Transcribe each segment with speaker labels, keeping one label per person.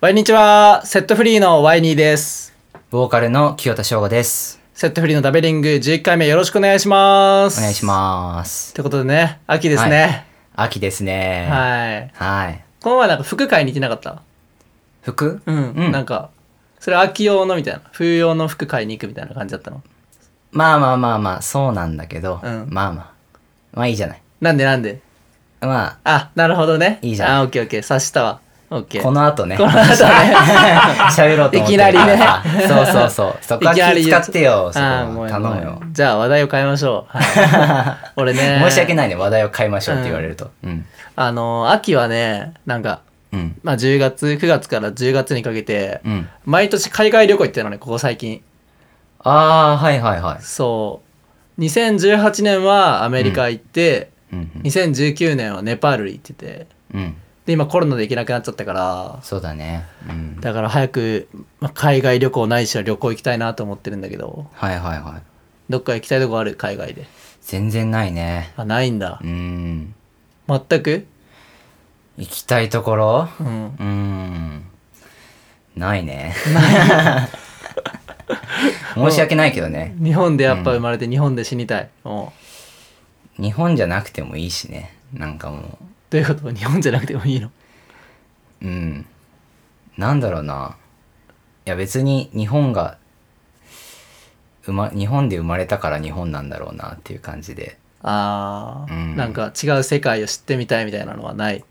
Speaker 1: こんにちは。セットフリーのワイニーです。
Speaker 2: ボーカルの清田翔吾です。
Speaker 1: セットフリーのダベリング11回目よろしくお願いします。
Speaker 2: お願いします。
Speaker 1: ということでね、秋ですね。
Speaker 2: 秋ですね。い。
Speaker 1: はい。
Speaker 2: はい。
Speaker 1: この前なんか服買いに行ってなかった
Speaker 2: 服
Speaker 1: うん。
Speaker 2: うん
Speaker 1: なんか、それ秋用のみたいな。冬用の服買いに行くみたいな感じだったの。
Speaker 2: まあまあまあまあ、そうなんだけど、
Speaker 1: うん
Speaker 2: まあまあ。まあいいじゃない。
Speaker 1: なんでなんで
Speaker 2: まあ、
Speaker 1: あ、なるほどね。
Speaker 2: いいじゃん
Speaker 1: あ、オッケーオッケー。察したわ。オッケー。
Speaker 2: この後ね、
Speaker 1: この後ね。
Speaker 2: 喋ろうと思ってるから
Speaker 1: いきなりね
Speaker 2: あそうそうそう。 そこは気
Speaker 1: 言
Speaker 2: 遣
Speaker 1: う
Speaker 2: ってよ。そこ
Speaker 1: あー
Speaker 2: は
Speaker 1: ごめん
Speaker 2: 頼むよ
Speaker 1: ご。めんじゃあ話題を変えましょう。 はい俺ね。
Speaker 2: 申し訳
Speaker 1: い。
Speaker 2: ないね。話題を変えましょうって言われると。うん。
Speaker 1: あの、秋はね、なんか、
Speaker 2: うん。
Speaker 1: まあ10月、9月から10月にかけて、
Speaker 2: うん。
Speaker 1: 毎年海外旅行行ってるのね、ここ最近。
Speaker 2: ああ、はいはいはい。
Speaker 1: そう。2018年はアメリカ行って、
Speaker 2: うん。
Speaker 1: 2019年はネパール行ってて、
Speaker 2: うん。
Speaker 1: で、今コロナで行けなくなっちゃったから、
Speaker 2: そうだね。うん。
Speaker 1: だから早く、まあ海外旅行ないしは旅行行きたいなと思ってるんだけど、
Speaker 2: はいはいはい。
Speaker 1: どっか行きたいとこある海外で。
Speaker 2: 全然ないね。
Speaker 1: あ、ないんだ
Speaker 2: う。ん。
Speaker 1: 全く
Speaker 2: 行きたいところ
Speaker 1: うん。
Speaker 2: うーん。ないね。 申し訳ないけどね。
Speaker 1: 日本でやっぱ生まれて日本で死にたい。も
Speaker 2: 日本じゃなくてもいいしね。なんかも
Speaker 1: う。どういうこと日本じゃなくてもいいの。
Speaker 2: う、うん。なんだろうな。いや別に日本が、生ま、日本で生まれたから日本なんだろうなっていう感じで。
Speaker 1: あー、
Speaker 2: うん
Speaker 1: なんか違う世界を知ってみたいみたいなのはない。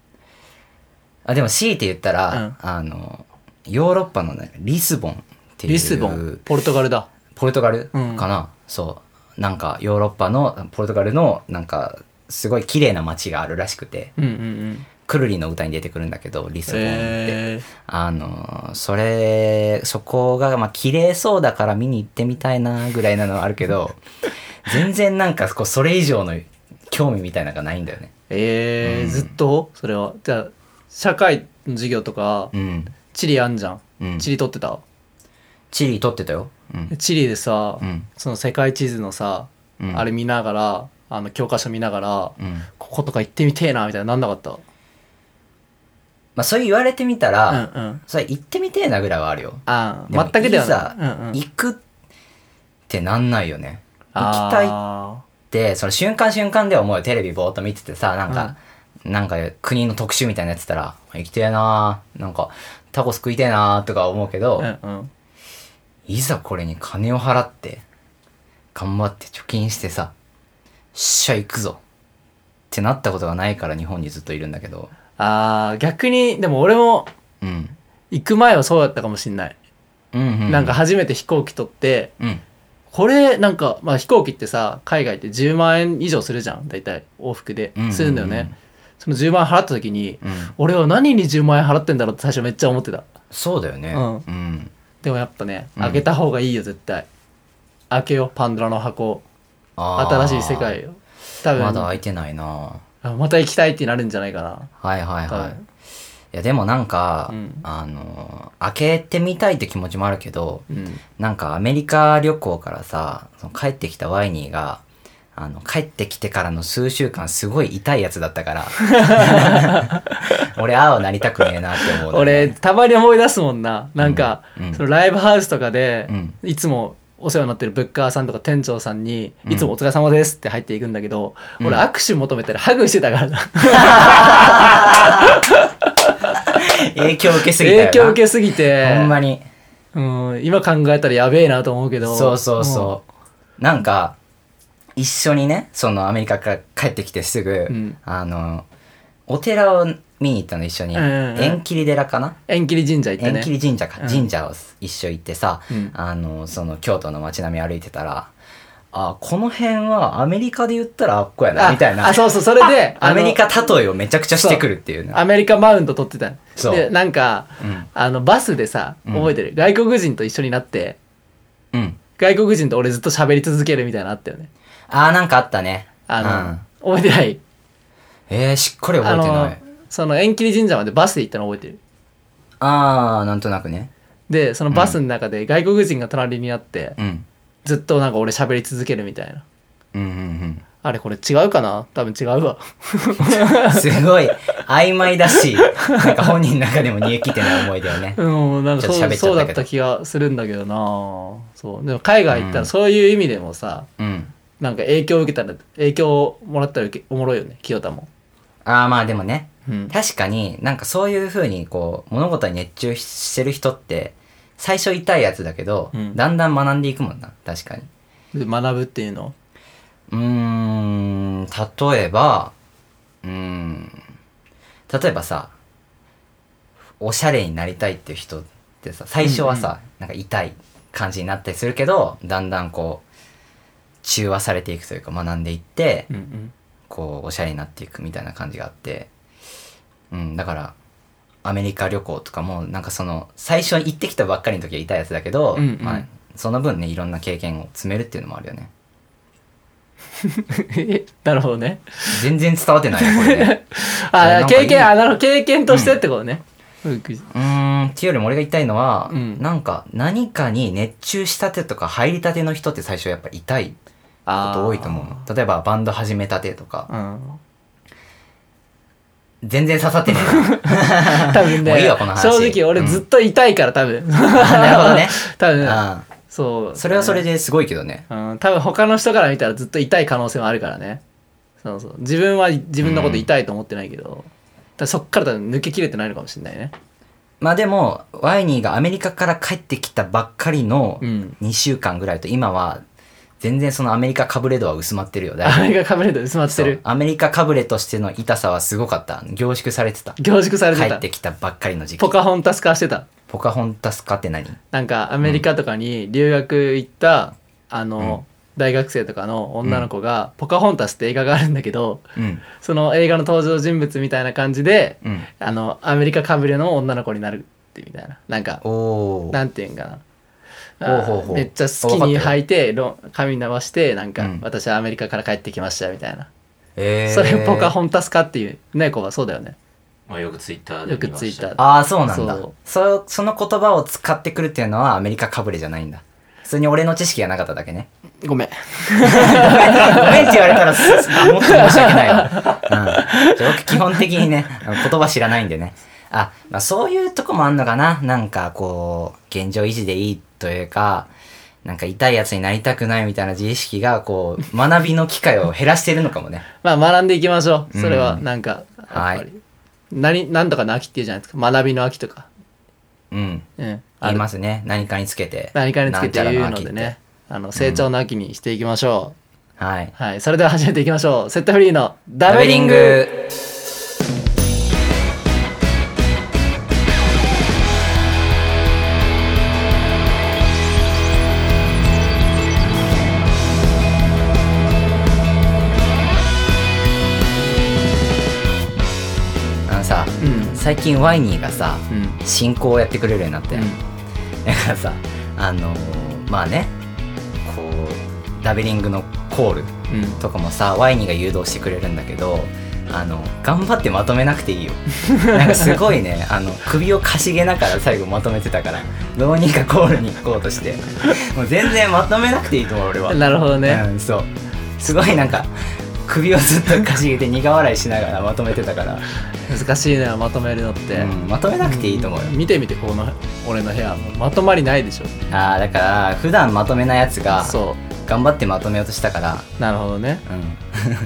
Speaker 2: あ、でも強いて言ったら、
Speaker 1: うん
Speaker 2: あの、ヨーロッパのね、リスボンっていう。
Speaker 1: リスボン、ポルトガルだ。
Speaker 2: ポルトガルか
Speaker 1: うん
Speaker 2: な、そうなんかヨーロッパのポルトガルのなんかすごい綺麗な街があるらしくて
Speaker 1: うんうんうん。
Speaker 2: くるりの歌に出てくるんだけどリスボンって、
Speaker 1: えー、
Speaker 2: あのそれそこがまあ綺麗そうだから見に行ってみたいなぐらいなのはあるけ ど全然なんかこうそれ以上の興味みたいなのがないんだよね
Speaker 1: えーずっとそれは。じゃあ、社会の授業とか
Speaker 2: う、ん、
Speaker 1: 地理あんじゃん。
Speaker 2: うん、
Speaker 1: 地理取ってた。
Speaker 2: チリ取ってたようん、
Speaker 1: 地理でさ、
Speaker 2: うん
Speaker 1: その世界地図のさ、
Speaker 2: うん、
Speaker 1: あれ見ながら、あの教科書見ながら、
Speaker 2: うん
Speaker 1: こことか行ってみてえな、みたいななんなかった。
Speaker 2: まあそう言われてみたら、
Speaker 1: うんうん。
Speaker 2: それ行ってみてえなぐらいはあるよ
Speaker 1: あ
Speaker 2: でも
Speaker 1: ー全くではない。
Speaker 2: ざ
Speaker 1: うんうん
Speaker 2: 行くってなんないよね行きたいっ
Speaker 1: あ
Speaker 2: てその瞬間瞬間では思うよテレビぼーっと見ててさなんか、なんか国の特集みたいなやつたら行きてえなーなんかタコス食いてえなーとか思うけど、
Speaker 1: ーうんうん。
Speaker 2: いざこれに金を払って頑張って貯金してさよっしゃ行くぞってなったことがないから日本にずっといるんだけど
Speaker 1: あー逆に、でも俺も
Speaker 2: うん
Speaker 1: 行く前はそうだったかもしんない。
Speaker 2: うんうん
Speaker 1: なんか初めて飛行機取って、
Speaker 2: うん
Speaker 1: これなんか、まあ、飛行機ってさ海外って10万円以上するじゃん大体往復で
Speaker 2: うんうんうん
Speaker 1: するんだよね、その10万円払った時に
Speaker 2: うん
Speaker 1: 俺は何に10万円払ってんだろうって最初めっちゃ思ってた
Speaker 2: そうだよね
Speaker 1: うん
Speaker 2: うん、
Speaker 1: でもやっぱね
Speaker 2: うん
Speaker 1: 開けた方がいいよ絶対開けようパンドラの箱を
Speaker 2: あー
Speaker 1: 新しい世界を多分
Speaker 2: まだ開いてないな
Speaker 1: あまた行きたいってなるんじゃないかな
Speaker 2: はいはい
Speaker 1: 多
Speaker 2: はい。
Speaker 1: 分
Speaker 2: いやでもなんか、
Speaker 1: うん
Speaker 2: あのー、開けてみたいって気持ちもあるけど、
Speaker 1: うん
Speaker 2: なんかアメリカ旅行からさ、その帰ってきたワイニーが、あの、帰ってきてからの数週間すごい痛いやつだったから、 俺、ああはなりたくねえなって思う、ね。
Speaker 1: 俺、たまに思い出すもんななんか、
Speaker 2: うん
Speaker 1: そのライブハウスとかで、
Speaker 2: うん
Speaker 1: いつもお世話になってるブッカーさんとか店長さんに「
Speaker 2: うん
Speaker 1: いつもお疲れ様です」って入っていくんだけど、
Speaker 2: うん
Speaker 1: 俺握手求めたらハグしてたからな
Speaker 2: 影響受けすぎたよな。
Speaker 1: 影響受けすぎて
Speaker 2: ほんまに。
Speaker 1: うん、今考えたらやべえなと思うけど
Speaker 2: そうそうそう。なんか、一緒にね、そのアメリカから帰ってきてすぐ、
Speaker 1: うん
Speaker 2: あの、お寺を見に行ったの一緒に。
Speaker 1: うんうんうん
Speaker 2: 縁切り寺かな
Speaker 1: うん縁切り神社行ってね
Speaker 2: 縁切り神社か、
Speaker 1: うん
Speaker 2: 神社を一緒行ってさ、
Speaker 1: うん
Speaker 2: あの、その京都の街並み歩いてたら、あ、この辺はアメリカで言ったらあっこやな、みたい
Speaker 1: ああ
Speaker 2: な。
Speaker 1: そうそうそれであ
Speaker 2: ア
Speaker 1: の
Speaker 2: メリカ例えをめちゃくちゃしてくるっていうね。
Speaker 1: アメリカマウント取ってたの
Speaker 2: そう
Speaker 1: でなんか
Speaker 2: うん。
Speaker 1: あのバスでさ
Speaker 2: うん
Speaker 1: 覚えてる、外国人と一緒になって
Speaker 2: うん。
Speaker 1: 外国人と俺ずっと喋り続けるみたいなのあったよね
Speaker 2: あー、なんかあったね。
Speaker 1: あの、覚えてない
Speaker 2: うん、えー、しっかり
Speaker 1: あ
Speaker 2: 覚えて
Speaker 1: の
Speaker 2: ない。
Speaker 1: その縁切り神社までバスで行ったの覚えてる
Speaker 2: あー、なんとなくね。
Speaker 1: でそのバスの中で外国人が隣になって、
Speaker 2: うん。
Speaker 1: ずっとなんか俺喋り続けるみたいな
Speaker 2: うんうんうん。
Speaker 1: あれこれ違うかな多分違うわ。
Speaker 2: すごい曖昧だし、なんか本人の中でも煮え切ってない思いだよね。
Speaker 1: うん、なんか
Speaker 2: ちょっと
Speaker 1: そ
Speaker 2: 喋っ
Speaker 1: う
Speaker 2: ちゃったけど
Speaker 1: そうだった気がするんだけどなそう。でも海外行った
Speaker 2: う
Speaker 1: ら
Speaker 2: ん
Speaker 1: そういう意味でもさ、
Speaker 2: うん。
Speaker 1: なんか影響を受けたら、影響をもらったら受けおもろいよね、清田も。
Speaker 2: ああまあでもね、
Speaker 1: うん。
Speaker 2: 確かになんかそういう風にこう、物事に熱中してる人って、最初痛いやつだけど、
Speaker 1: うん
Speaker 2: だんだん学んでいくもんな。確かに。
Speaker 1: で学ぶっていうの。
Speaker 2: うーん、例えば、うーん、例えばさ、おしゃれになりたいっていう人ってさ、最初はさ、なんか痛い感じになったりするけど、だんだんこう、中和されていくというか学んでいって、
Speaker 1: うんうん。
Speaker 2: こう、おしゃれになっていくみたいな感じがあって、うん、だから、アメリカ旅行とかも、なんかその、最初に行ってきたばっかりの時は痛いやつだけど、
Speaker 1: うんうん
Speaker 2: まあ、その分ね、いろんな経験を積めるっていうのもあるよね。
Speaker 1: えなるほどね。
Speaker 2: 全然伝わってないよ、これね。な
Speaker 1: あ
Speaker 2: ん、か
Speaker 1: 経
Speaker 2: いい
Speaker 1: 験、あ、なるほど、経験としてってことね。うん。
Speaker 2: うーんっていうよりも俺が言いたいのは、
Speaker 1: うん
Speaker 2: なんか何かに熱中したてとか入りたての人って最初やっぱ痛いこと多いと思うの例えばバンド始めたてとか
Speaker 1: うん。
Speaker 2: 全然刺さっ てねえな
Speaker 1: 多分
Speaker 2: もういい
Speaker 1: ね
Speaker 2: わこの、話
Speaker 1: 正直俺ずっと痛いから多分。
Speaker 2: なるほどね
Speaker 1: 多分、
Speaker 2: あ
Speaker 1: そう、
Speaker 2: ーそれはそれ
Speaker 1: で。
Speaker 2: ですごいけどね
Speaker 1: うん、多分他の人から見たらずっと痛い可能性もあるからね。そうそう。自分は自分のこと痛いと思ってないけど、ただそっから多分抜けきれてないのかもしれないね。
Speaker 2: まあでもワイニーがアメリカから帰ってきたばっかりの
Speaker 1: うん。
Speaker 2: 2週間ぐらいと今は全然そのアメリカかぶれ度は薄まってるよだいぶ
Speaker 1: あれがかぶれて 薄まって
Speaker 2: そう
Speaker 1: る。
Speaker 2: アメリカかぶれとしての痛さはすごかった凝縮されてた
Speaker 1: 凝縮されて
Speaker 2: 帰ったて。きたばっかりの時期
Speaker 1: ポカホンタス化してた。
Speaker 2: ポカホンタスカって何
Speaker 1: なんかアメリカとかに留学行った、あの、大学生とかの女の子が、ポカホンタスって映画があるんだけど、
Speaker 2: うん
Speaker 1: その映画の登場人物みたいな感じで、
Speaker 2: うん
Speaker 1: あの、アメリカかぶれの女の子になるってみたいな。なんか、
Speaker 2: おー
Speaker 1: なんていうんかな。
Speaker 2: ほうほうほう
Speaker 1: あーめっちゃスキニー履いて、ロン髪伸ばして、なんか、
Speaker 2: うん
Speaker 1: 私はアメリカから帰ってきましたみたいな。
Speaker 2: えー
Speaker 1: それポカホンタスカっていう、猫はそうだよね。
Speaker 3: まあ、よくツイッターで
Speaker 1: よく
Speaker 3: 見ま
Speaker 1: ツイ
Speaker 3: し
Speaker 1: ッタ
Speaker 3: た
Speaker 1: ーで。
Speaker 2: ああそうなんだ
Speaker 1: そう
Speaker 2: そその言葉を使ってくるっていうのはアメリカかぶれじゃないんだ普通に俺の知識がなかっただけね
Speaker 1: ごめん。
Speaker 2: ごめんって言われたらすあもっと申し訳ないわ、うん、じゃあ僕基本的にねあの言葉知らないんでねあ、まあ、そういうとこもあんのかななんかこう現状維持でいいというかなんか痛いやつになりたくないみたいな自意識がこう学びの機会を減らしてるのかもね
Speaker 1: まあ学んでいきましょう。それは
Speaker 2: うん
Speaker 1: なんか、やっ
Speaker 2: はい
Speaker 1: ぱり。何、なんとかの秋っていうじゃないですか。学びの秋とか。
Speaker 2: うん
Speaker 1: うん。あ
Speaker 2: 言い
Speaker 1: る
Speaker 2: ますね何かにつけて
Speaker 1: 何かにつけて言う
Speaker 2: なんちゃら
Speaker 1: の
Speaker 2: 秋っ
Speaker 1: でね。あの、成長の秋にしていきましょ。
Speaker 2: はいう
Speaker 1: はい。それでは始めていきましょう。セットフリーのダベ
Speaker 2: ダベ
Speaker 1: リ
Speaker 2: リ
Speaker 1: ン
Speaker 2: ン
Speaker 1: グ
Speaker 2: グあのさ
Speaker 1: うん。
Speaker 2: 最近ワイニーがさ
Speaker 1: うん。
Speaker 2: 進行をやってくれるようになって、
Speaker 1: うん
Speaker 2: だからさあのーまあねこうダベリングのコール
Speaker 1: うん。
Speaker 2: とかもさワイニーが誘導してくれるんだけどあの頑張ってまとめなくていいよなんかすご いねあの首をかしげながら最後まとめてたからどうにかコールに行こうとしてもう全然まとめなくていいと思う俺は
Speaker 1: なるほどね。
Speaker 2: うん、そうすごいなんか首をずっとかしげて苦笑いしながらまとめてたから、
Speaker 1: 難しいねまとめるのって、
Speaker 2: うんまとめなくていいと思うよ、
Speaker 1: 見てみてこの俺の部屋もうまとまりないでしょ
Speaker 2: あーだから普段まとめないやつが
Speaker 1: そ
Speaker 2: 頑張ってまとめようとしたから、
Speaker 1: うなるほどね
Speaker 2: うん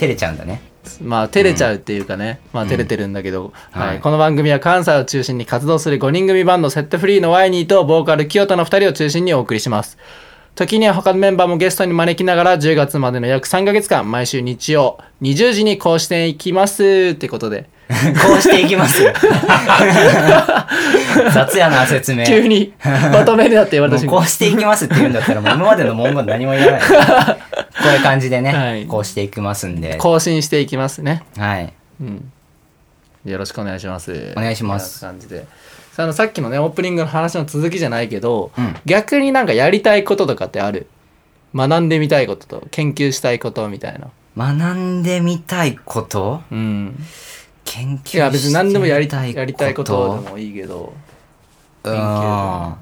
Speaker 2: 照れちゃうんだね
Speaker 1: まあ照れちゃうっていうかね、まあ照れてるんだけど、はい
Speaker 2: はい
Speaker 1: この番組は関西を中心に活動する5人組バンドセットフリーのワイニーとボーカル清田の2人を中心にお送りします時には他のメンバーもゲストに招きながら10月までの約3ヶ月間毎週日曜20時にこうしていきますってことで
Speaker 2: こうしていきますよ。 雑やな説明。
Speaker 1: 急 にまとめるなって言われ
Speaker 2: も
Speaker 1: た
Speaker 2: う
Speaker 1: 瞬
Speaker 2: こ
Speaker 1: 間
Speaker 2: うしていきますって言うんだったらもう今までの文言何もいらない。こういう感じでね、
Speaker 1: はい
Speaker 2: こうしていきますんで。
Speaker 1: 更新していきますね
Speaker 2: はい。
Speaker 1: うん、よろしくお願いします。
Speaker 2: お願いします
Speaker 1: こんな感じで。さあのさっきのねオープニングの話の続きじゃないけど、
Speaker 2: うん
Speaker 1: 逆になんかやりたいこととかってある学んでみたいことと研究したいことみたいな。
Speaker 2: 学んでみたいこと
Speaker 1: うん、
Speaker 2: 研
Speaker 1: いや
Speaker 2: 究
Speaker 1: 別
Speaker 2: し
Speaker 1: に何で
Speaker 2: て
Speaker 1: もや
Speaker 2: み
Speaker 1: り
Speaker 2: た
Speaker 1: た
Speaker 2: い
Speaker 1: い
Speaker 2: こと
Speaker 1: やりたいことでもいいけど。
Speaker 2: う
Speaker 1: 研究
Speaker 2: ん。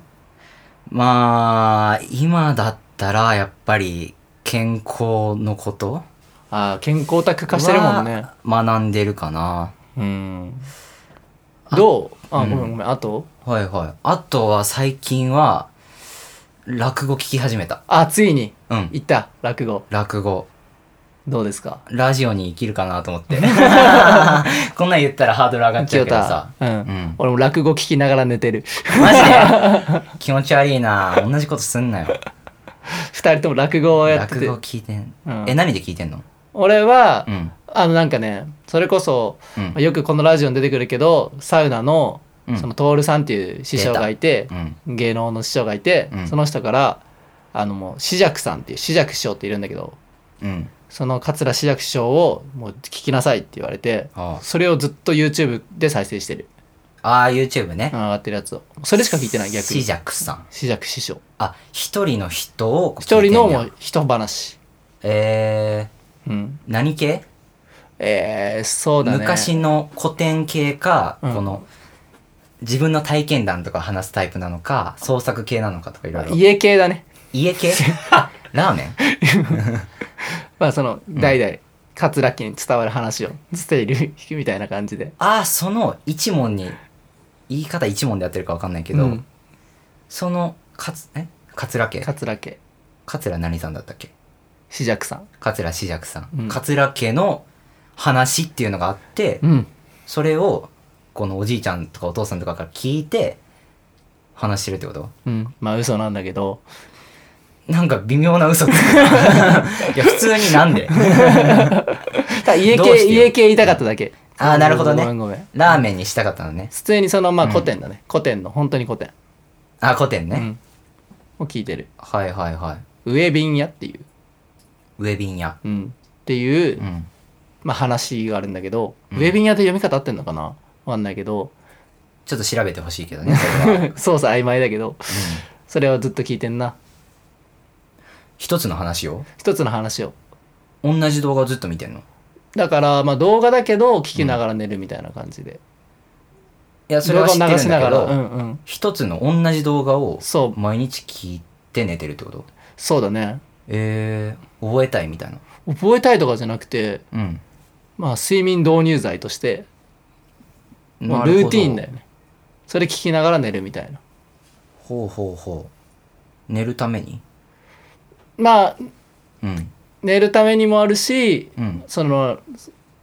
Speaker 2: まあ、今だったらやっぱり健康のこと
Speaker 1: ああ健康オタク化してるもんね。
Speaker 2: は学んでるかな。
Speaker 1: うん。どうあ、
Speaker 2: うん
Speaker 1: ごめんごめん。あと
Speaker 2: はいはい。あとは最近は、落語聞き始めた。
Speaker 1: あ、ついに、
Speaker 2: うん。
Speaker 1: 行った、落語。
Speaker 2: 落語。
Speaker 1: どうですか
Speaker 2: ラジオに生きるかなと 思って。 こんなん言ったらハードル上がっちゃうけどさ。
Speaker 1: 清田う
Speaker 2: うんん。
Speaker 1: 俺も落語聞きながら寝てる。
Speaker 2: マジで気持ち悪いな同じことすんなよ。
Speaker 1: 二人とも落語をやって
Speaker 2: 落
Speaker 1: て
Speaker 2: 語。聞いてん。
Speaker 1: うん
Speaker 2: え、何で聞いてんの
Speaker 1: 俺は、
Speaker 2: うん。
Speaker 1: あのなんかね、それこそ、
Speaker 2: うん。
Speaker 1: よくこのラジオに出てくるけど、サウナの、
Speaker 2: うん
Speaker 1: その、トールさんっていう師匠がいて
Speaker 2: う、ん。
Speaker 1: 芸能の師匠がいて、
Speaker 2: うん
Speaker 1: その人から、あのもう、紫尺さんっていう、紫尺師匠っているんだけど、
Speaker 2: うん。
Speaker 1: その桂紫尺師匠をもう聞きなさいって言われて、
Speaker 2: あ
Speaker 1: それをずっと YouTube で再生してる。
Speaker 2: ああ、YouTube ね
Speaker 1: うん。上がってるやつを。それしか聞いてない、逆
Speaker 2: シ
Speaker 1: に。
Speaker 2: ジャクさん。
Speaker 1: 紫尺師匠。
Speaker 2: あ、一人の人を聞い
Speaker 1: 一
Speaker 2: てん
Speaker 1: 人
Speaker 2: ねや
Speaker 1: のもう一話。
Speaker 2: え
Speaker 1: うん。
Speaker 2: ー、何系
Speaker 1: えー、そうだね。
Speaker 2: 昔の古典系か、
Speaker 1: うん
Speaker 2: この自分の体験談とか話すタイプなのか創作系なのかとかいろいろ
Speaker 1: 家系だね。
Speaker 2: 家系ラーメン
Speaker 1: まあその、代々、桂家に伝わる話をしているみたいな感じで。
Speaker 2: ああその一問に言い方一問でやってるか分かんないけ
Speaker 1: け
Speaker 2: ど、
Speaker 1: うん、
Speaker 2: そのかつえ桂家
Speaker 1: 桂家、
Speaker 2: 桂何さんだったっけ
Speaker 1: 紫尺さん。
Speaker 2: 桂志尺さん、
Speaker 1: うん
Speaker 2: 桂家の話っていうのがあって、
Speaker 1: うん。
Speaker 2: それをこのおじいちゃんとかお父さんとかから聞いて話してるってこと
Speaker 1: うん。まあ嘘なんだけ ど。
Speaker 2: なんか微妙 な嘘つくいや普通になんで
Speaker 1: ただ家
Speaker 2: どうし
Speaker 1: 系、
Speaker 2: てよ
Speaker 1: 家系言いたかっただけ。
Speaker 2: あーなるほどね
Speaker 1: ごめんごめん。
Speaker 2: ラーメンにしたかったのね
Speaker 1: 普通にその、まあ
Speaker 2: うん
Speaker 1: 古典だね。古典の、本当に古典。
Speaker 2: あ古典ね、
Speaker 1: うん。を聞いてる。
Speaker 2: はいはいはい
Speaker 1: 上瓶屋っていう、
Speaker 2: 上瓶屋
Speaker 1: うん。っていう、
Speaker 2: うん
Speaker 1: まあ話があるんだけど、
Speaker 2: うん
Speaker 1: 上瓶屋って読み方合ってんのかなわかんないけど、
Speaker 2: ちょっと調べてほしいけどね それは、うん、
Speaker 1: 操作曖昧だけど、それはずっと聞いてんな。
Speaker 2: 一つの話を
Speaker 1: 一つの話を。
Speaker 2: 同じ動画をずっと見てんの
Speaker 1: だから、まあ動画だけど、聞きながら寝るみたいな感じで。
Speaker 2: いやそれ
Speaker 1: 動
Speaker 2: は
Speaker 1: 画
Speaker 2: 知
Speaker 1: を流
Speaker 2: ってる
Speaker 1: し
Speaker 2: ん
Speaker 1: なが
Speaker 2: だけ
Speaker 1: ら、
Speaker 2: ど、
Speaker 1: うんうん。
Speaker 2: 一つの同じ動画を
Speaker 1: そう、
Speaker 2: 毎日聞いて寝てるってこと
Speaker 1: そうだね。
Speaker 2: えー、覚えたいみたいな
Speaker 1: 覚えたいとかじゃなくて、
Speaker 2: うん
Speaker 1: まあ睡眠導入剤として、もうルーティーンだよね。それ聞きながら寝るみたいな。
Speaker 2: ほうほうほう寝るために
Speaker 1: まあ、
Speaker 2: うん
Speaker 1: 寝るためにもあるし、
Speaker 2: うん
Speaker 1: その、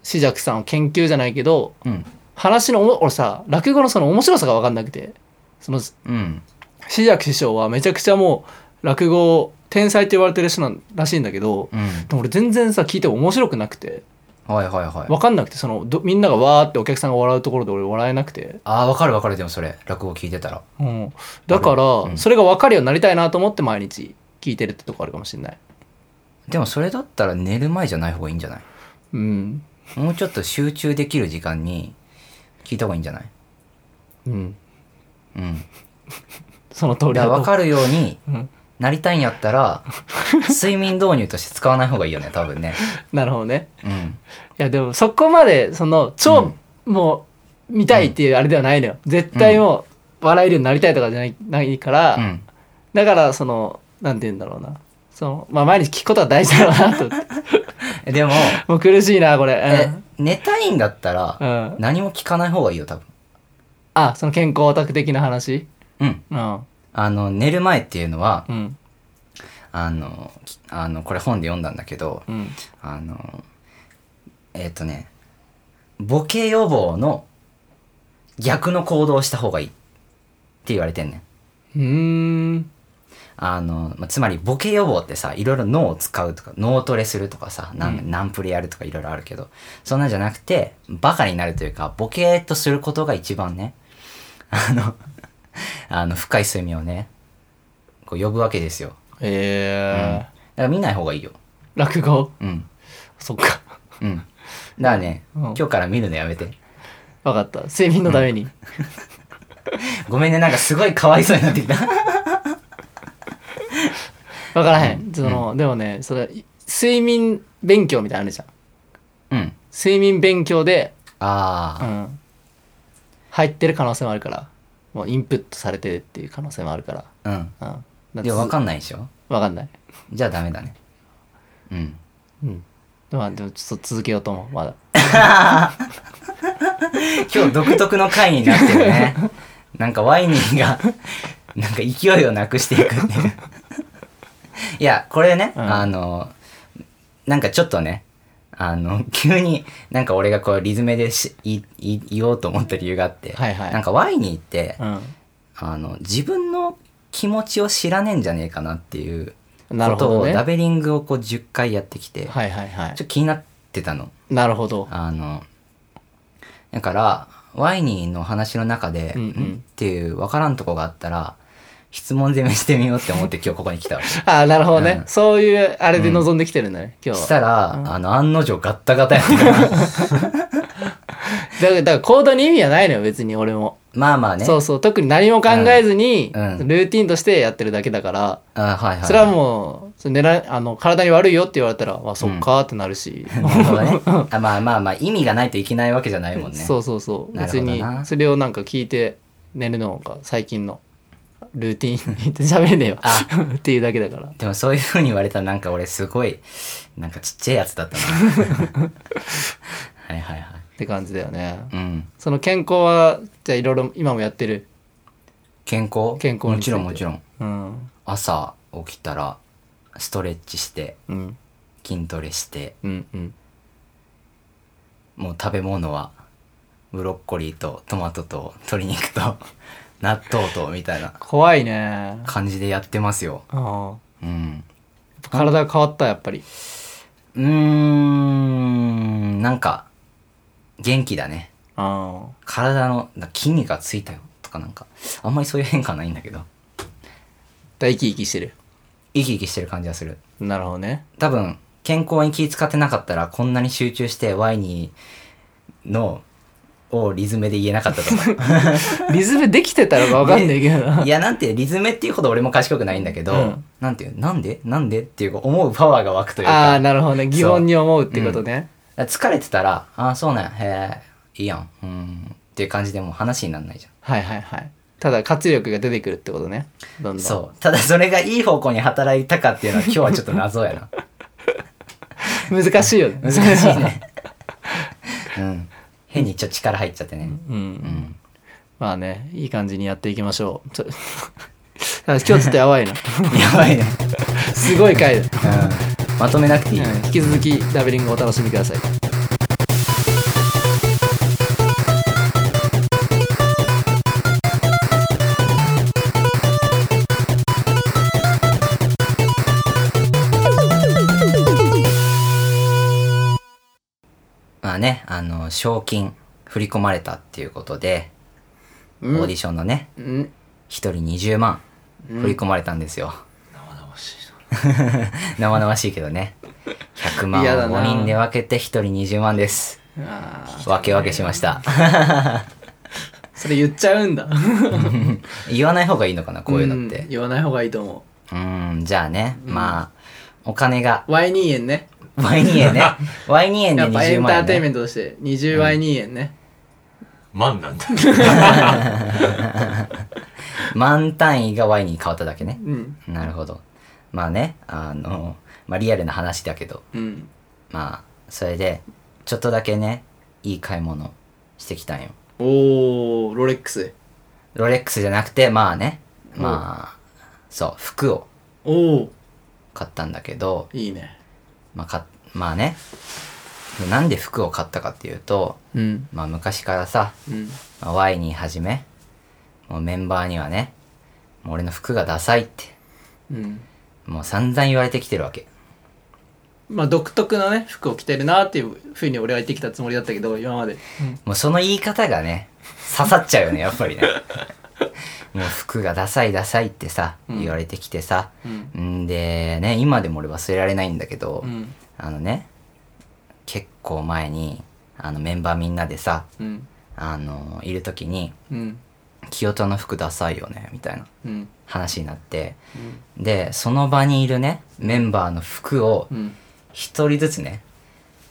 Speaker 1: 紫尺さんを研究じゃないけど、
Speaker 2: うん
Speaker 1: 話のおも、俺さ、落語のその面白さが分かんなくて、その、
Speaker 2: うん
Speaker 1: 紫尺師匠はめちゃくちゃもう、落語を天才って言われてる人なんらしいんだけど、
Speaker 2: うん
Speaker 1: でも俺全然さ、聞いても面白くなくて、
Speaker 2: はいはいはい
Speaker 1: 分かんなくて、その、どみんながわーってお客さんが笑うところで俺笑えなくて、
Speaker 2: ああ分かる分かるでもそれ落語聞いてたら
Speaker 1: うん。だから、
Speaker 2: うん
Speaker 1: それが分かるようになりたいなと思って毎日聞いてるってとこあるかもしれない。
Speaker 2: でもそれだったら寝る前じゃない方がいいんじゃない
Speaker 1: うん。
Speaker 2: もうちょっと集中できる時間に聞いた方がいいんじゃない
Speaker 1: うん。
Speaker 2: うん
Speaker 1: その通りだ
Speaker 2: だか
Speaker 1: と
Speaker 2: ら分かるように
Speaker 1: うん
Speaker 2: なりたいんやっ たら睡眠導入として使わない方がいいよね多分ね
Speaker 1: なるほどね。
Speaker 2: うん
Speaker 1: いやでもそこまでその超、もう見たいっていうあれではないのよ絶対もう笑えるようになりたいとかじゃないないから、
Speaker 2: うん
Speaker 1: だからそのなんて言うんだろうなそのまあ毎日聞くことは大事だろうなと 思って
Speaker 2: でも
Speaker 1: もう苦しいなこ
Speaker 2: え
Speaker 1: れ
Speaker 2: 寝たいんだった
Speaker 1: うん、
Speaker 2: ら
Speaker 1: うん、
Speaker 2: 何も聞かない方がいいよ多分
Speaker 1: あその健康オタク的な話
Speaker 2: うん
Speaker 1: うん
Speaker 2: あの寝る前っていうのは
Speaker 1: うん
Speaker 2: あのきあのこれ本で読んだんだけど
Speaker 1: うん
Speaker 2: あのえっ、とねボケ予防の逆の行動をした方がいいって言われてんね
Speaker 1: う
Speaker 2: ん
Speaker 1: ーん
Speaker 2: あの、まあ、つまりボケ予防ってさいろいろ脳を使うとか脳トレするとかさなん、ナンプレやるとかいろいろあるけどそんなんじゃなくてバカになるというかボケーっとすることが一番ねあのあの深い睡眠をねこう呼ぶわけですよ
Speaker 1: え
Speaker 2: だから見ない方がいいよ
Speaker 1: ー落語
Speaker 2: うん
Speaker 1: そっか
Speaker 2: うんだからね、
Speaker 1: うん
Speaker 2: 今日から見るのやめて
Speaker 1: 分かった睡眠のために、
Speaker 2: ごめんねなんかすごいかわいそうになってきた
Speaker 1: 分からへん、その、でもねそれ睡眠勉強みたいなのあるじゃん
Speaker 2: うん
Speaker 1: 睡眠勉強で
Speaker 2: あ
Speaker 1: う
Speaker 2: あ、
Speaker 1: ん、入ってる可能性もあるからもうインプットされてるっていう可能性もあるか
Speaker 2: うん
Speaker 1: ら、うん、
Speaker 2: でも分
Speaker 1: ん
Speaker 2: かんないでしょ
Speaker 1: わかんない、
Speaker 2: じゃあダメだねうん
Speaker 1: うん、まあでもちょっと続けようと思うまだ
Speaker 2: 今日独特の回になってる ね。なんかワイニーが、なんか勢いをなくしていくっていう。いや、これね、
Speaker 1: うん
Speaker 2: あの、なんかちょっとね、あの、急になんか俺がこうリズムでしいい言おうと思った理由があって、
Speaker 1: はいはい
Speaker 2: なんかワイニーって、
Speaker 1: う
Speaker 2: あの、自分の気持ちを知らねえんじゃねえかなっていうん
Speaker 1: なる
Speaker 2: こ
Speaker 1: ほ
Speaker 2: と
Speaker 1: ど
Speaker 2: を、
Speaker 1: ね
Speaker 2: ラベリングをこう10回やってきて、
Speaker 1: はいはいは
Speaker 2: ちょっと気になってたの。
Speaker 1: いなるほど
Speaker 2: あの、だから、ワイニーの話の中で、
Speaker 1: うんうん
Speaker 2: んっていう分からんとこがあったら、質問攻めしてみようって 思って今日ここに来たわけ。
Speaker 1: ああなるほどね、
Speaker 2: うん
Speaker 1: そういうあれで臨んできてるんだね、今
Speaker 2: し
Speaker 1: 日は
Speaker 2: たら、あの、案の定ガッタガタやって くる
Speaker 1: だからだから行動に意味はないのよ別に俺も、
Speaker 2: まあまあね。
Speaker 1: そうそう特に何も考えずに、
Speaker 2: うんうん
Speaker 1: ルーティンとしてやってるだけだから、
Speaker 2: あはいはい、
Speaker 1: それはもうそれ狙いあの体に悪いよって言われたら、まあ、そっかーってなるし、
Speaker 2: なるほどね。 あまあまあまあ、意味がないといけないわけじゃないもんね。
Speaker 1: そうそうそう
Speaker 2: なる
Speaker 1: 別
Speaker 2: ほど
Speaker 1: に
Speaker 2: な
Speaker 1: それをなんか聞いて寝るのが最近のルーティンって喋れねえよ
Speaker 2: あ
Speaker 1: っていうだけだから
Speaker 2: でもそういうふうに言われたらなんか俺すごい、なんかちっちゃいやつ だったな。はいはいはい。
Speaker 1: って感じだよね
Speaker 2: うん。
Speaker 1: その健康はじゃあいろいろ今もやってる
Speaker 2: 健康
Speaker 1: 健康に
Speaker 2: も
Speaker 1: つい
Speaker 2: ち
Speaker 1: て
Speaker 2: ろんもちろん。
Speaker 1: うん
Speaker 2: 朝起きたらストレッチして
Speaker 1: うん
Speaker 2: 筋トレして
Speaker 1: うんうん
Speaker 2: もう食べ物はブロッコリーとトマトと鶏肉と 納豆とみたいな
Speaker 1: 怖いね
Speaker 2: 感じでやってますよ
Speaker 1: ああ
Speaker 2: うん
Speaker 1: 体が変わったやっぱり
Speaker 2: うーんなんか元気だね
Speaker 1: ああ
Speaker 2: 体のなんか筋肉がついたよとかなんかあんまりそういう変化ないんだけど
Speaker 1: だ生き生きしてる
Speaker 2: 生き生きしてる感じがする
Speaker 1: なるほどね
Speaker 2: 多分健康に気使ってなかったらこんなに集中して Y にのをリズムで言えなかったと思う
Speaker 1: リズムできてたのかわかんないけど な い
Speaker 2: や、なんて、リズムっていうほど俺も賢くないんだけど、
Speaker 1: うん
Speaker 2: なんていう、なんでなんでっていう思うパワーが湧くという
Speaker 1: ああ
Speaker 2: か、
Speaker 1: なるほどね疑問に思うってことね、
Speaker 2: 疲れてたら、ああ、そうなんや、へえ、いいやん、うん、っていう感じでもう話にならないじゃ
Speaker 1: はいはいはいただ活力が出てくるってことねどんどん
Speaker 2: ん。そう。ただそれがいい方向に働いたかっていうのは今日はちょっと謎やな。
Speaker 1: 難しいよね
Speaker 2: 難しいね。うん。変にちょっと力入っちゃってね。
Speaker 1: うん、
Speaker 2: うん。
Speaker 1: まあねいい感じにやっていきましょうちょ 今日ちょっとやば いな
Speaker 2: やばいね。
Speaker 1: すごい回だ、
Speaker 2: うん。まとめなくていい。
Speaker 1: うん引き続きラベリングをお楽しみください
Speaker 2: まあね、あの、賞金振り込まれたっていうことで、オ
Speaker 1: うん
Speaker 2: ーディションのね、
Speaker 1: うん
Speaker 2: 一人20万振り込まれたんですよ、 生々しいけどね100万を
Speaker 1: 嫌だな
Speaker 2: 5人で分けて一人20万です
Speaker 1: あー
Speaker 2: 分け分けしました
Speaker 1: それ言っちゃうんだ
Speaker 2: 言わない方がいいのかな こういうのっ
Speaker 1: ん
Speaker 2: て
Speaker 1: 言わない方がいいと思
Speaker 2: うんじゃあね、まあお金が
Speaker 1: う Y2 円ね
Speaker 2: Y2 円ね Y2 円で
Speaker 1: やっぱエ
Speaker 2: 20
Speaker 1: ンタ
Speaker 2: 万
Speaker 1: ーテインメ
Speaker 2: ね
Speaker 1: ントとして20 Y2 円ね、
Speaker 3: 万なんだ。
Speaker 2: 万単位が Y に変わっただけね
Speaker 1: うん
Speaker 2: なるほどまあねあの、まあ、リアルな話だけど
Speaker 1: うん
Speaker 2: まあそれでちょっとだけねいい買い物してきたんよ
Speaker 1: おーロレックス
Speaker 2: ロレックスじゃなくてまあねまあそう服を
Speaker 1: おお
Speaker 2: 買ったんだけど、
Speaker 1: いいね
Speaker 2: まあ、かまあねなんで服を買ったかっていうと、
Speaker 1: うん
Speaker 2: まあ、昔からさ、
Speaker 1: うん
Speaker 2: まあ、Y にはじめもうメンバーにはねもう俺の服がダサいって
Speaker 1: うん
Speaker 2: もう散々言われてきてるわけ
Speaker 1: まあ独特のね服を着てるなっていうふうに俺は言ってきたつもりだったけど今まで、
Speaker 2: もうその言い方がね刺さっちゃうよねやっ ぱりねもう服がダサいダサいってさ
Speaker 1: うん
Speaker 2: 言われてきてさ、
Speaker 1: うん
Speaker 2: んでね今でも俺忘れられないんだけど、
Speaker 1: うん
Speaker 2: あのね結構前にあのメンバーみんなでさ
Speaker 1: うん
Speaker 2: あのいる時に
Speaker 1: うん
Speaker 2: 「清田の服ダサいよね」みたいな
Speaker 1: うん
Speaker 2: 話になってでその場にいるねメンバーの服を
Speaker 1: うん
Speaker 2: 一人ずつね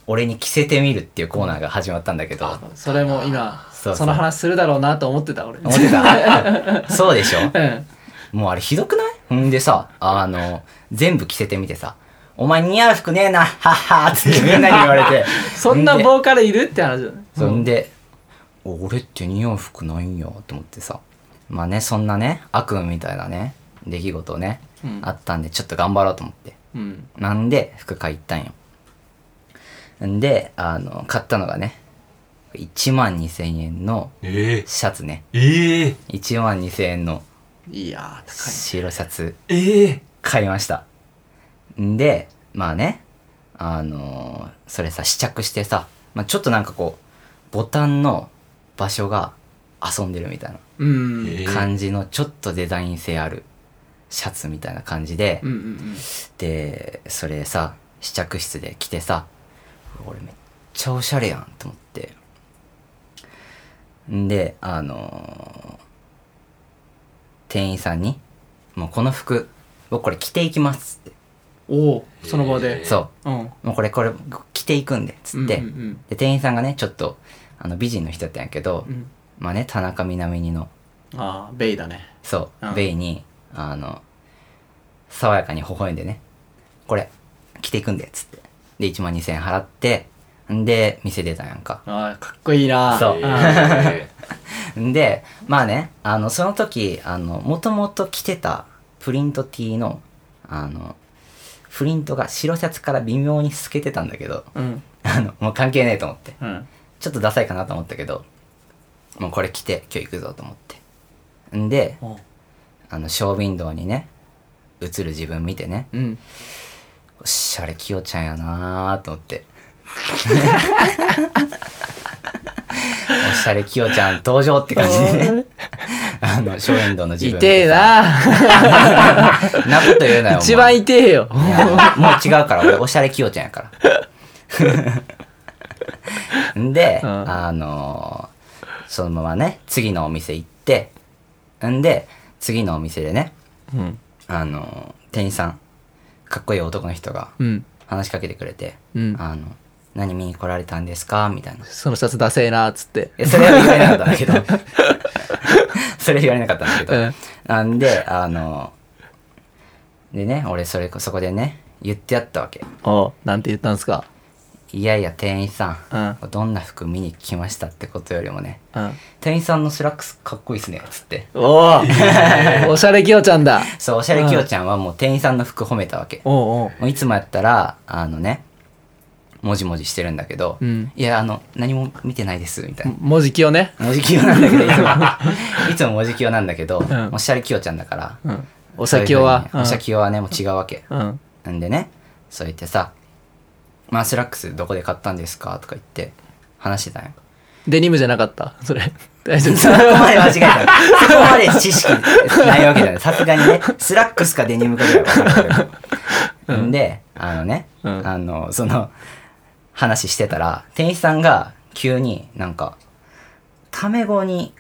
Speaker 2: 俺に着せてみるっていうコーナーが始まったんだけど
Speaker 1: それも今そ
Speaker 2: そうそう
Speaker 1: の話するだろうなと思ってた俺
Speaker 2: 思っ てたそうでしょ
Speaker 1: うん。
Speaker 2: もうあれひどくないんでさあの全部着せてみてさお前似合う服ねえな、はっはーってみんなに言われて
Speaker 1: そんな
Speaker 2: で
Speaker 1: ボーカルいるって話だね
Speaker 2: そんで、俺って似合う服ないんよと思ってさ。まあね、そんなね、悪夢みたいなね、出来事ね、
Speaker 1: うん
Speaker 2: あったんで、ちょっと頑張ろうと思って。
Speaker 1: うん
Speaker 2: なんで服買いったんよ。んで、あの、買ったのがね、1万2000円の
Speaker 3: え
Speaker 2: シャツね。
Speaker 3: えええ
Speaker 2: 1万2000円の
Speaker 1: いやー高い
Speaker 2: 白シャツ
Speaker 3: ええ
Speaker 2: 買いました。んで、まあね、あのーそれさ、試着してさ、まあ、ちょっとなんかこう、ボタンの場所が遊んでるみたい
Speaker 1: うんうん
Speaker 3: ええ
Speaker 2: な感じの、ちょっとデザイン性あるシャツみたいな感じで、
Speaker 1: うんうん
Speaker 2: でそれさ試着室で着てさ俺めっちゃおしゃれやんと思ってんであのー店員さんに「もうこの服僕これ着ていきます」っ
Speaker 1: おおその場で
Speaker 2: て
Speaker 3: え
Speaker 2: そ
Speaker 1: うん
Speaker 2: う「もうこれこれ着ていくんで」っつって、
Speaker 1: うんうん
Speaker 2: で店員さんがねちょっとあの美人の人やったんやけど、
Speaker 1: うんうん
Speaker 2: まあね田中みな実の
Speaker 1: ああベイだね
Speaker 2: そう、
Speaker 1: うん
Speaker 2: ベイにあの爽やかに微笑んでねこれ着ていくんでっつってで1万2000円払ってんで店出たやんか
Speaker 1: ああかっこいいな
Speaker 2: そう
Speaker 3: え
Speaker 2: んでまあねあのその時あのもともと着てたプリント T のあのプリントが白シャツから微妙に透けてたんだけど
Speaker 1: うん
Speaker 2: あのもう関係ねえと思って
Speaker 1: うん
Speaker 2: ちょっとダサいかなと思ったけどもうこれ着て今日行くぞと思ってんで
Speaker 1: おう
Speaker 2: あのショーウィンドウにね映る自分見てね
Speaker 1: うん
Speaker 2: おしゃれきよちゃんやなーと思って。 おしゃれきよちゃん登場って感 じでね。あの、ショーエンドの自分。
Speaker 1: 痛え。な
Speaker 2: なこと言うなよ。お前
Speaker 1: 一番痛えよ
Speaker 2: いやもう違うから、俺、おしゃれきよちゃんやから。 んで、
Speaker 1: うん
Speaker 2: あのーそのままね、次のお店行って、んで、次のお店でね、
Speaker 1: うん
Speaker 2: あのー店員さん、かっこいい男の人が
Speaker 1: うん
Speaker 2: 話しかけてくれて、
Speaker 1: うん
Speaker 2: あの、何見に来られたんですかみたいな。い
Speaker 1: そのシャツダセえなっつって
Speaker 2: や、それは言われなかったん だけど。それは言われなかったんだけど。
Speaker 1: うん
Speaker 2: なんで、あの、でね、俺、それこ、そこでね、言ってやったわけ。
Speaker 1: おうなんて言ったんすか
Speaker 2: いやいや、店員さん、
Speaker 1: う
Speaker 2: どんな服見に来ましたってことよりもね、
Speaker 1: うん
Speaker 2: 店員さんのスラックスかっこいいっすね、つって。
Speaker 1: おお おしゃれきよちゃんだ
Speaker 2: そう、おしゃれきよちゃんはもう店員さんの服褒めたわけ。
Speaker 1: おうおう
Speaker 2: もういつもやったら、あのね、もじもじしてるんだけど、
Speaker 1: うん
Speaker 2: いや、あの、何も見てないです、みたいな。
Speaker 1: 文字きよね
Speaker 2: 文字清なんだけどいつも いつも文字清なんだけど、
Speaker 1: ん
Speaker 2: おしゃれ清ちゃんだから、
Speaker 1: うんお酒は
Speaker 2: そういうふうにねおしゃれ清はねもう違うわけ
Speaker 1: うん
Speaker 2: なんでねそう言ってさ「まあスラックスどこで買ったんですか?」とか言って話してたんよ
Speaker 1: デニムじゃなかったそれ 大丈
Speaker 2: そこ まで
Speaker 1: 夫
Speaker 2: 間違えたのそこまで知識ないわけじゃないさすがにねスラックスかデニムかぐらいは分かるけど、ん、であのね、
Speaker 1: うん
Speaker 2: あのその話してたら店員さんが急になんかタメ語に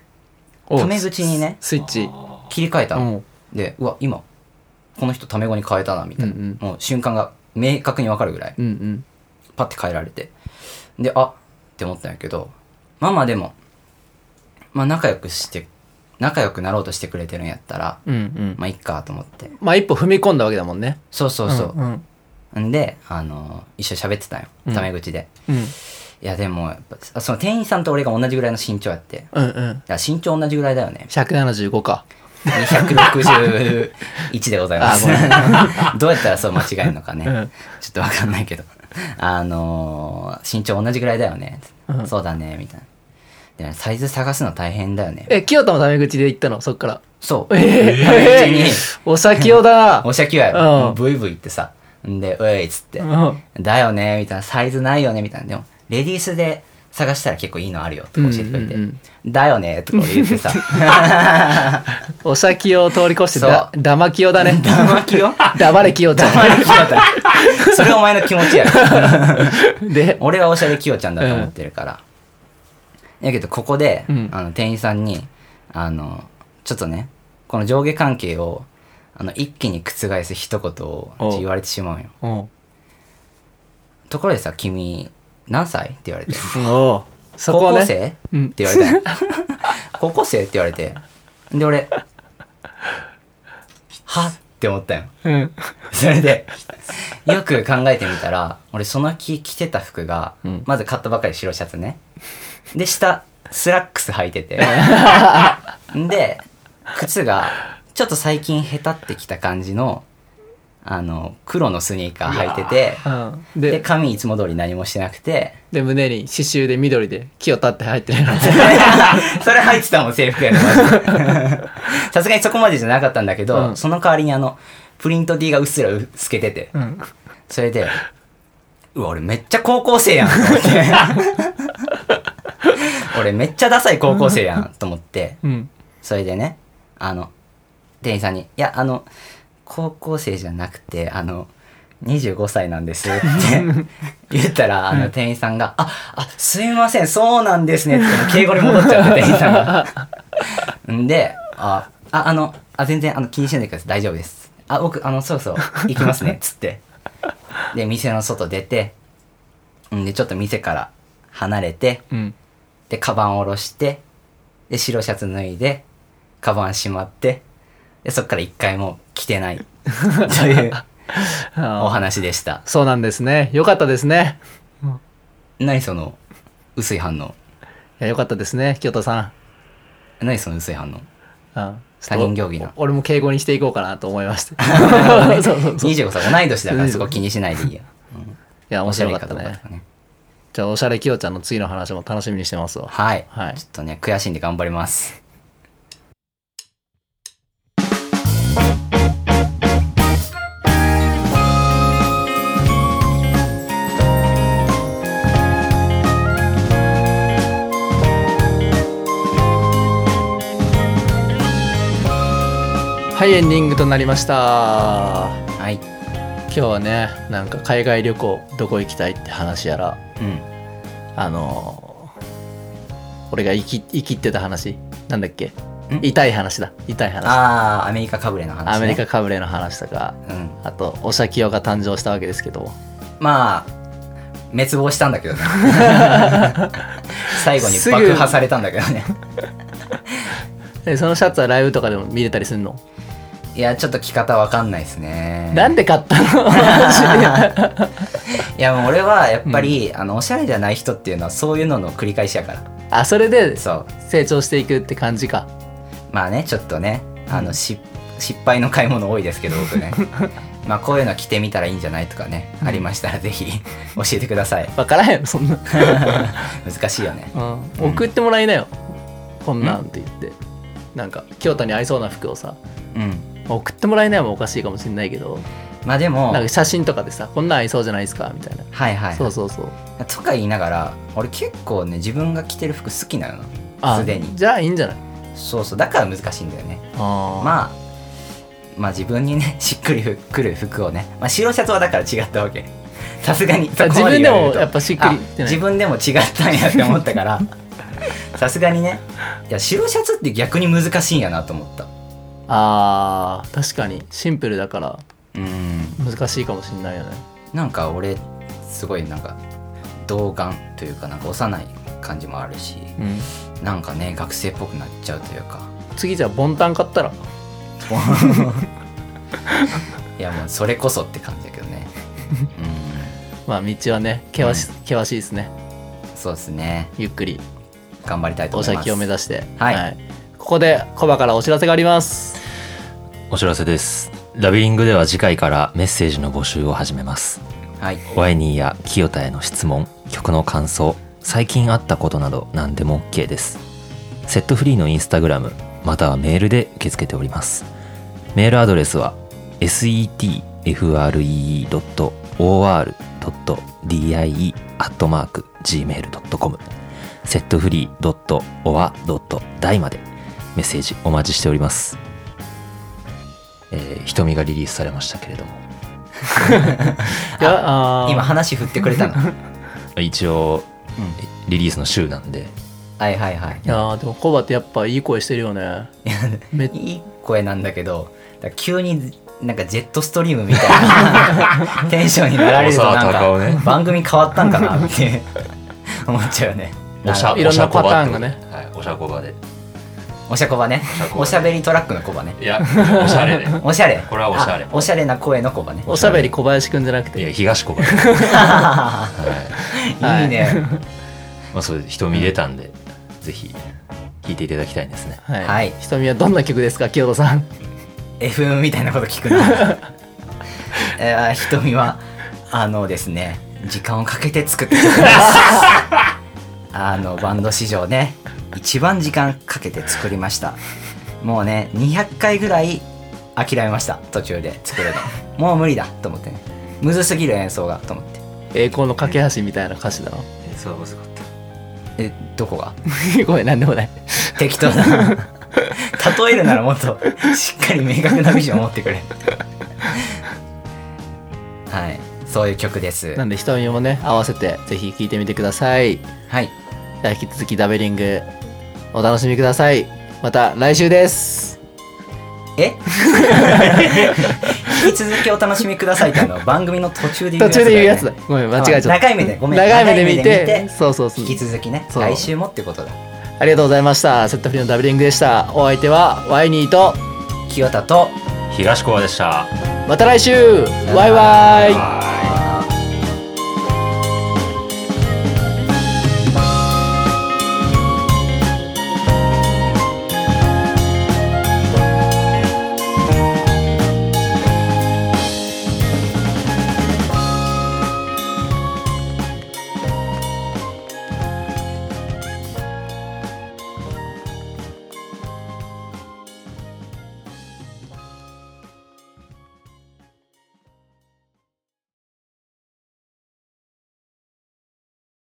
Speaker 1: おう
Speaker 2: タメ口にね
Speaker 1: スイッチ
Speaker 2: 切り替え
Speaker 1: う
Speaker 2: たの、
Speaker 1: ん
Speaker 2: でうわ今この人タメ語に変えたなみたいな、
Speaker 1: うんうん
Speaker 2: もう瞬間が明確に分かるぐらい
Speaker 1: うんうん
Speaker 2: パッて変えられてであって思ったんやけどまあまあでもまあ仲良くして仲良くなろうとしてくれてるんやったら
Speaker 1: うんうん
Speaker 2: まあいっかと思って
Speaker 1: まあ一歩踏み込んだわけだもんね
Speaker 2: そうそうそう、
Speaker 1: うん
Speaker 2: んであの一緒に喋ってたんよ
Speaker 1: うん
Speaker 2: タメ口で、
Speaker 1: うん
Speaker 2: いやでもやっぱその店員さんと俺が同じぐらいの身長やってい
Speaker 1: うんうん
Speaker 2: や身長同じぐらいだよね
Speaker 1: 175か
Speaker 2: 161でございます
Speaker 1: あ。
Speaker 2: どうやったらそう間違えるのかね。
Speaker 1: うん
Speaker 2: ちょっとわかんないけど。あのー身長同じぐらいだよね。
Speaker 1: うん
Speaker 2: そうだね、みたいな。でもサイズ探すの大変だよね。
Speaker 1: え清田もタメ口で行ったのそっから
Speaker 2: そう。
Speaker 1: え
Speaker 2: タメ口に
Speaker 1: お酒をだ
Speaker 2: お
Speaker 1: な
Speaker 2: しゃきは
Speaker 1: うん
Speaker 2: よ。もうブイブイ言ってさ。んで、ういっつって。
Speaker 1: うん
Speaker 2: だよね、みたいな。サイズないよね、みたいな。でも、レディースで探したら結構いいのあるよ、とか教えてくれて。
Speaker 1: うんうん
Speaker 2: だよね、とか俺言ってさ。
Speaker 1: お酒を通り越してだ
Speaker 2: そ
Speaker 1: だまきよだね
Speaker 2: 黙きよ
Speaker 1: 黙れ清ちゃ
Speaker 2: 黙りきよだそれお前の気持ちやろ。
Speaker 1: んで
Speaker 2: 俺はおしゃれきよちゃんだと思ってるから、やけどここで、
Speaker 1: うん
Speaker 2: あの店員さんにあのちょっとねこの上下関係をあの一気に覆す一言を
Speaker 1: おう
Speaker 2: 言われてしまうよ
Speaker 1: うんお
Speaker 2: ところでさ君何歳って言われて
Speaker 1: おそこは
Speaker 2: 高校
Speaker 1: ね
Speaker 2: 生、
Speaker 1: うん
Speaker 2: って言われたよ 高校生って言われてで俺はって思ったよ
Speaker 1: うん
Speaker 2: それでよく考えてみたら俺その日着てた服が、
Speaker 1: うん
Speaker 2: まず買ったばかり白シャツねで下スラックス履いて てで靴がちょっと最近へたってきた感じのあの黒のスニーカー履いてて
Speaker 1: うん
Speaker 2: で
Speaker 1: で
Speaker 2: 髪いつも通り何もしてなく て
Speaker 1: で胸に刺繍で緑で木を立って入ってる
Speaker 2: それ履いてたもん制服や のマジでさすがにそこまでじゃなかったんだけど、
Speaker 1: うん
Speaker 2: その代わりにあのプリント D がうっすら透けてて
Speaker 1: うん
Speaker 2: それで、うわ、俺めっちゃ高校生やんと思って。俺めっちゃダサい高校生やんと思って、
Speaker 1: うん
Speaker 2: それでね、あの、店員さんに、いや、あの、高校生じゃなくて、あの、25歳なんですって言ったら、あの店員さんが、あ、あ、すいません、そうなんですねって、敬語に戻っちゃって、店員さんが。んで、あ、あ、あの、あ、全然あの気にしないでください。大丈夫です。あ、僕、あの、そろそろ行きますね。つって。で、店の外出て、んで、ちょっと店から離れて、
Speaker 1: うん
Speaker 2: で、カバン下ろして、で、白シャツ脱いで、カバンしまって、で、そっから一回も着 てない。というお
Speaker 1: あー
Speaker 2: 話でした。
Speaker 1: そうなんですねよかったですね
Speaker 2: 何その薄い反応。
Speaker 1: いやよかったですね清田さ
Speaker 2: 何その薄い反応。
Speaker 1: んうん
Speaker 2: 他人行儀な
Speaker 1: お俺も敬語にしていこうかなと思いま した そうそうそうい
Speaker 2: 25歳同い年だからそこ気にしないでいいや。
Speaker 1: や面
Speaker 2: おしゃ
Speaker 1: 白
Speaker 2: れ
Speaker 1: か
Speaker 2: か
Speaker 1: った
Speaker 2: どうかと
Speaker 1: ね
Speaker 2: かね。
Speaker 1: じゃあおしゃれ清ちゃんの次の話も楽しみにしてますわ
Speaker 2: はい。
Speaker 1: はい
Speaker 2: ちょっとね、悔しいんで頑張ります。
Speaker 1: はいエンディングとなりました
Speaker 2: はい。
Speaker 1: 今日はねなんか海外旅行どこ行きたいって話やら
Speaker 2: うん。
Speaker 1: あのー俺が生き生きってた話なんだっけ
Speaker 2: ん
Speaker 1: 痛い話だ痛い話
Speaker 2: ああ、アメリカかぶれの話、ね。
Speaker 1: アメリカ。かぶれの話とか
Speaker 2: うん。
Speaker 1: あとおしゃきよが誕生したわけですけども
Speaker 2: まあ、滅亡したんだけどね。 最後に
Speaker 1: すぐ
Speaker 2: 爆破されたんだけどね。
Speaker 1: でそのシャツはライブとかでも見れたりすんの、
Speaker 2: いや、ちょっと着方わかんないですね。
Speaker 1: なんで買った のマジで
Speaker 2: いや、もう俺はやっぱり、あの、おしゃれじゃない人っていうのはそういうのの繰り返しやから。
Speaker 1: あそれで
Speaker 2: そう。
Speaker 1: 成長していくって感じか
Speaker 2: まあね、ちょっとね、あの、し失敗の買い物多いですけど、僕ね。まあ、こういうの着てみたらいいんじゃないとかね、ありましたら ぜひ教えてください。
Speaker 1: 分からへんそんな、
Speaker 2: 難しいよね。
Speaker 1: うん、送ってもらいなよ、こんなんって言ってなんか京都に合いそうな服をさ
Speaker 2: うん。
Speaker 1: 送ってもらえないもおかしいかもしれないけど
Speaker 2: まあでも、は
Speaker 1: なん
Speaker 2: い
Speaker 1: か写真とかでさこんなん合いそうじゃないですかみたいな
Speaker 2: はいはい。
Speaker 1: そうそうそう
Speaker 2: とか言いながら俺結構ね自分が着てる服好きなの
Speaker 1: あ
Speaker 2: すでに
Speaker 1: じゃあいいんじゃない
Speaker 2: そうそうだから難しいんだよね
Speaker 1: あ
Speaker 2: まあまあ自分にね しっくりくる服をね、まあ、白シャツはだから違ったわけさすがにそこ
Speaker 1: 自
Speaker 2: ま
Speaker 1: 分で
Speaker 2: 言われる
Speaker 1: も
Speaker 2: と
Speaker 1: やっぱしっくりって
Speaker 2: あ
Speaker 1: な
Speaker 2: 自
Speaker 1: い
Speaker 2: 分でも違ったんやって思ったから さすがにねいや白シャツって逆に難しいんやなと思った
Speaker 1: あー確かにシンプルだから
Speaker 2: うん
Speaker 1: 難しいかもしんないよね
Speaker 2: なんか俺すごいなんか童顔というかなんか幼い感じもあるし
Speaker 1: うん
Speaker 2: なんかね学生っぽくなっちゃうというか
Speaker 1: 次じゃあボンタン買ったら
Speaker 2: いやもうそれこそって感じだけ どね。
Speaker 1: まあ道はね険し,、険しいですね
Speaker 2: うん、そうですね。
Speaker 1: ゆっくり
Speaker 2: 頑張りたいと
Speaker 1: お
Speaker 2: 思います。
Speaker 1: 先を目指して
Speaker 2: はい
Speaker 1: ここでコバからお知らせがあります
Speaker 3: お知らせです。ラビリングでは次回からメッセージの募集を始めます。
Speaker 2: はい。
Speaker 3: ワイニーや清田への質問、曲の感想、最近あったことなど何でも OK です。セットフリーのインスタグラム、またはメールで受け付けております。メールアドレスは setfree.or.die.gmail.com セットフリー .or.die までメッセージお待ちしております。えー瞳がリリースされましたけれども
Speaker 1: いやあー
Speaker 2: 今話振ってくれたの。 うん
Speaker 3: 一応リリースの週なんで
Speaker 2: はいはいはい
Speaker 1: い。やーでもコバってやっぱいい声してるよねめっち
Speaker 2: いい声なんだけど、だから急になんかジェットストリームみたいな テンションになられると
Speaker 3: 大
Speaker 2: な
Speaker 3: 沢
Speaker 2: ん
Speaker 3: たかおね
Speaker 2: か番組変わったんかなって思っちゃうよね。
Speaker 3: おしゃ
Speaker 1: いろんな
Speaker 3: おしゃこば
Speaker 1: パターンがね
Speaker 3: ってことではいおしゃこばで
Speaker 2: あのおしゃこば
Speaker 4: ゃ
Speaker 2: ね
Speaker 4: こばね
Speaker 2: おしゃべりトラックのこばね
Speaker 4: いやおしゃ れで
Speaker 2: おしゃれ
Speaker 4: これはおしゃれ
Speaker 2: あおしゃれな声のこばね
Speaker 1: おしゃべり小林くんじゃなく
Speaker 4: いや
Speaker 1: て
Speaker 4: 東 小林、はい
Speaker 1: はい
Speaker 2: いいね
Speaker 3: まあ、それ人見出たんで、ぜひ聴いていただきたいですね
Speaker 1: はい、
Speaker 2: はい
Speaker 1: 瞳はどんな曲ですか清田 さん
Speaker 2: FM みたいなこと聞くな えー瞳はあのですね時間をかけて作ってきた曲ですあのバンド史上ね一番時間かけて作りましたもうね200回ぐらい諦めました途中で作るのもう無理だと思ってねむずすぎる演奏がと思って
Speaker 1: 栄光の架け橋みたいな歌詞だ ろ
Speaker 3: そう難かった
Speaker 2: えどこが
Speaker 1: ごめんなんでもない
Speaker 2: 適当だ例えるならもっとしっかり明確なビジョンを持ってくれはいそういう曲です
Speaker 1: なんで瞳もね合わせてぜひ聴いてみてください
Speaker 2: はい
Speaker 1: じゃあ引き続きダベリングお楽しみくださいまた来週です
Speaker 2: え 引き続きお楽しみくださいってあの番組の途中で言う
Speaker 1: 途
Speaker 2: やつだ
Speaker 1: 中で
Speaker 2: よね、
Speaker 1: 言うやつだごめん間違えちゃっ
Speaker 2: 長い目でご
Speaker 1: た
Speaker 2: めん
Speaker 1: 長い目で見て
Speaker 2: 長い目で見て
Speaker 1: そうそうそう
Speaker 2: 引き続きね
Speaker 1: そう
Speaker 2: 来週もってことだ
Speaker 1: ありがとうございましたセットフリーのダベリングでしたお相手はワイニーと
Speaker 2: 清田と
Speaker 3: 東小林でした
Speaker 1: また来週バイバイ
Speaker 4: はい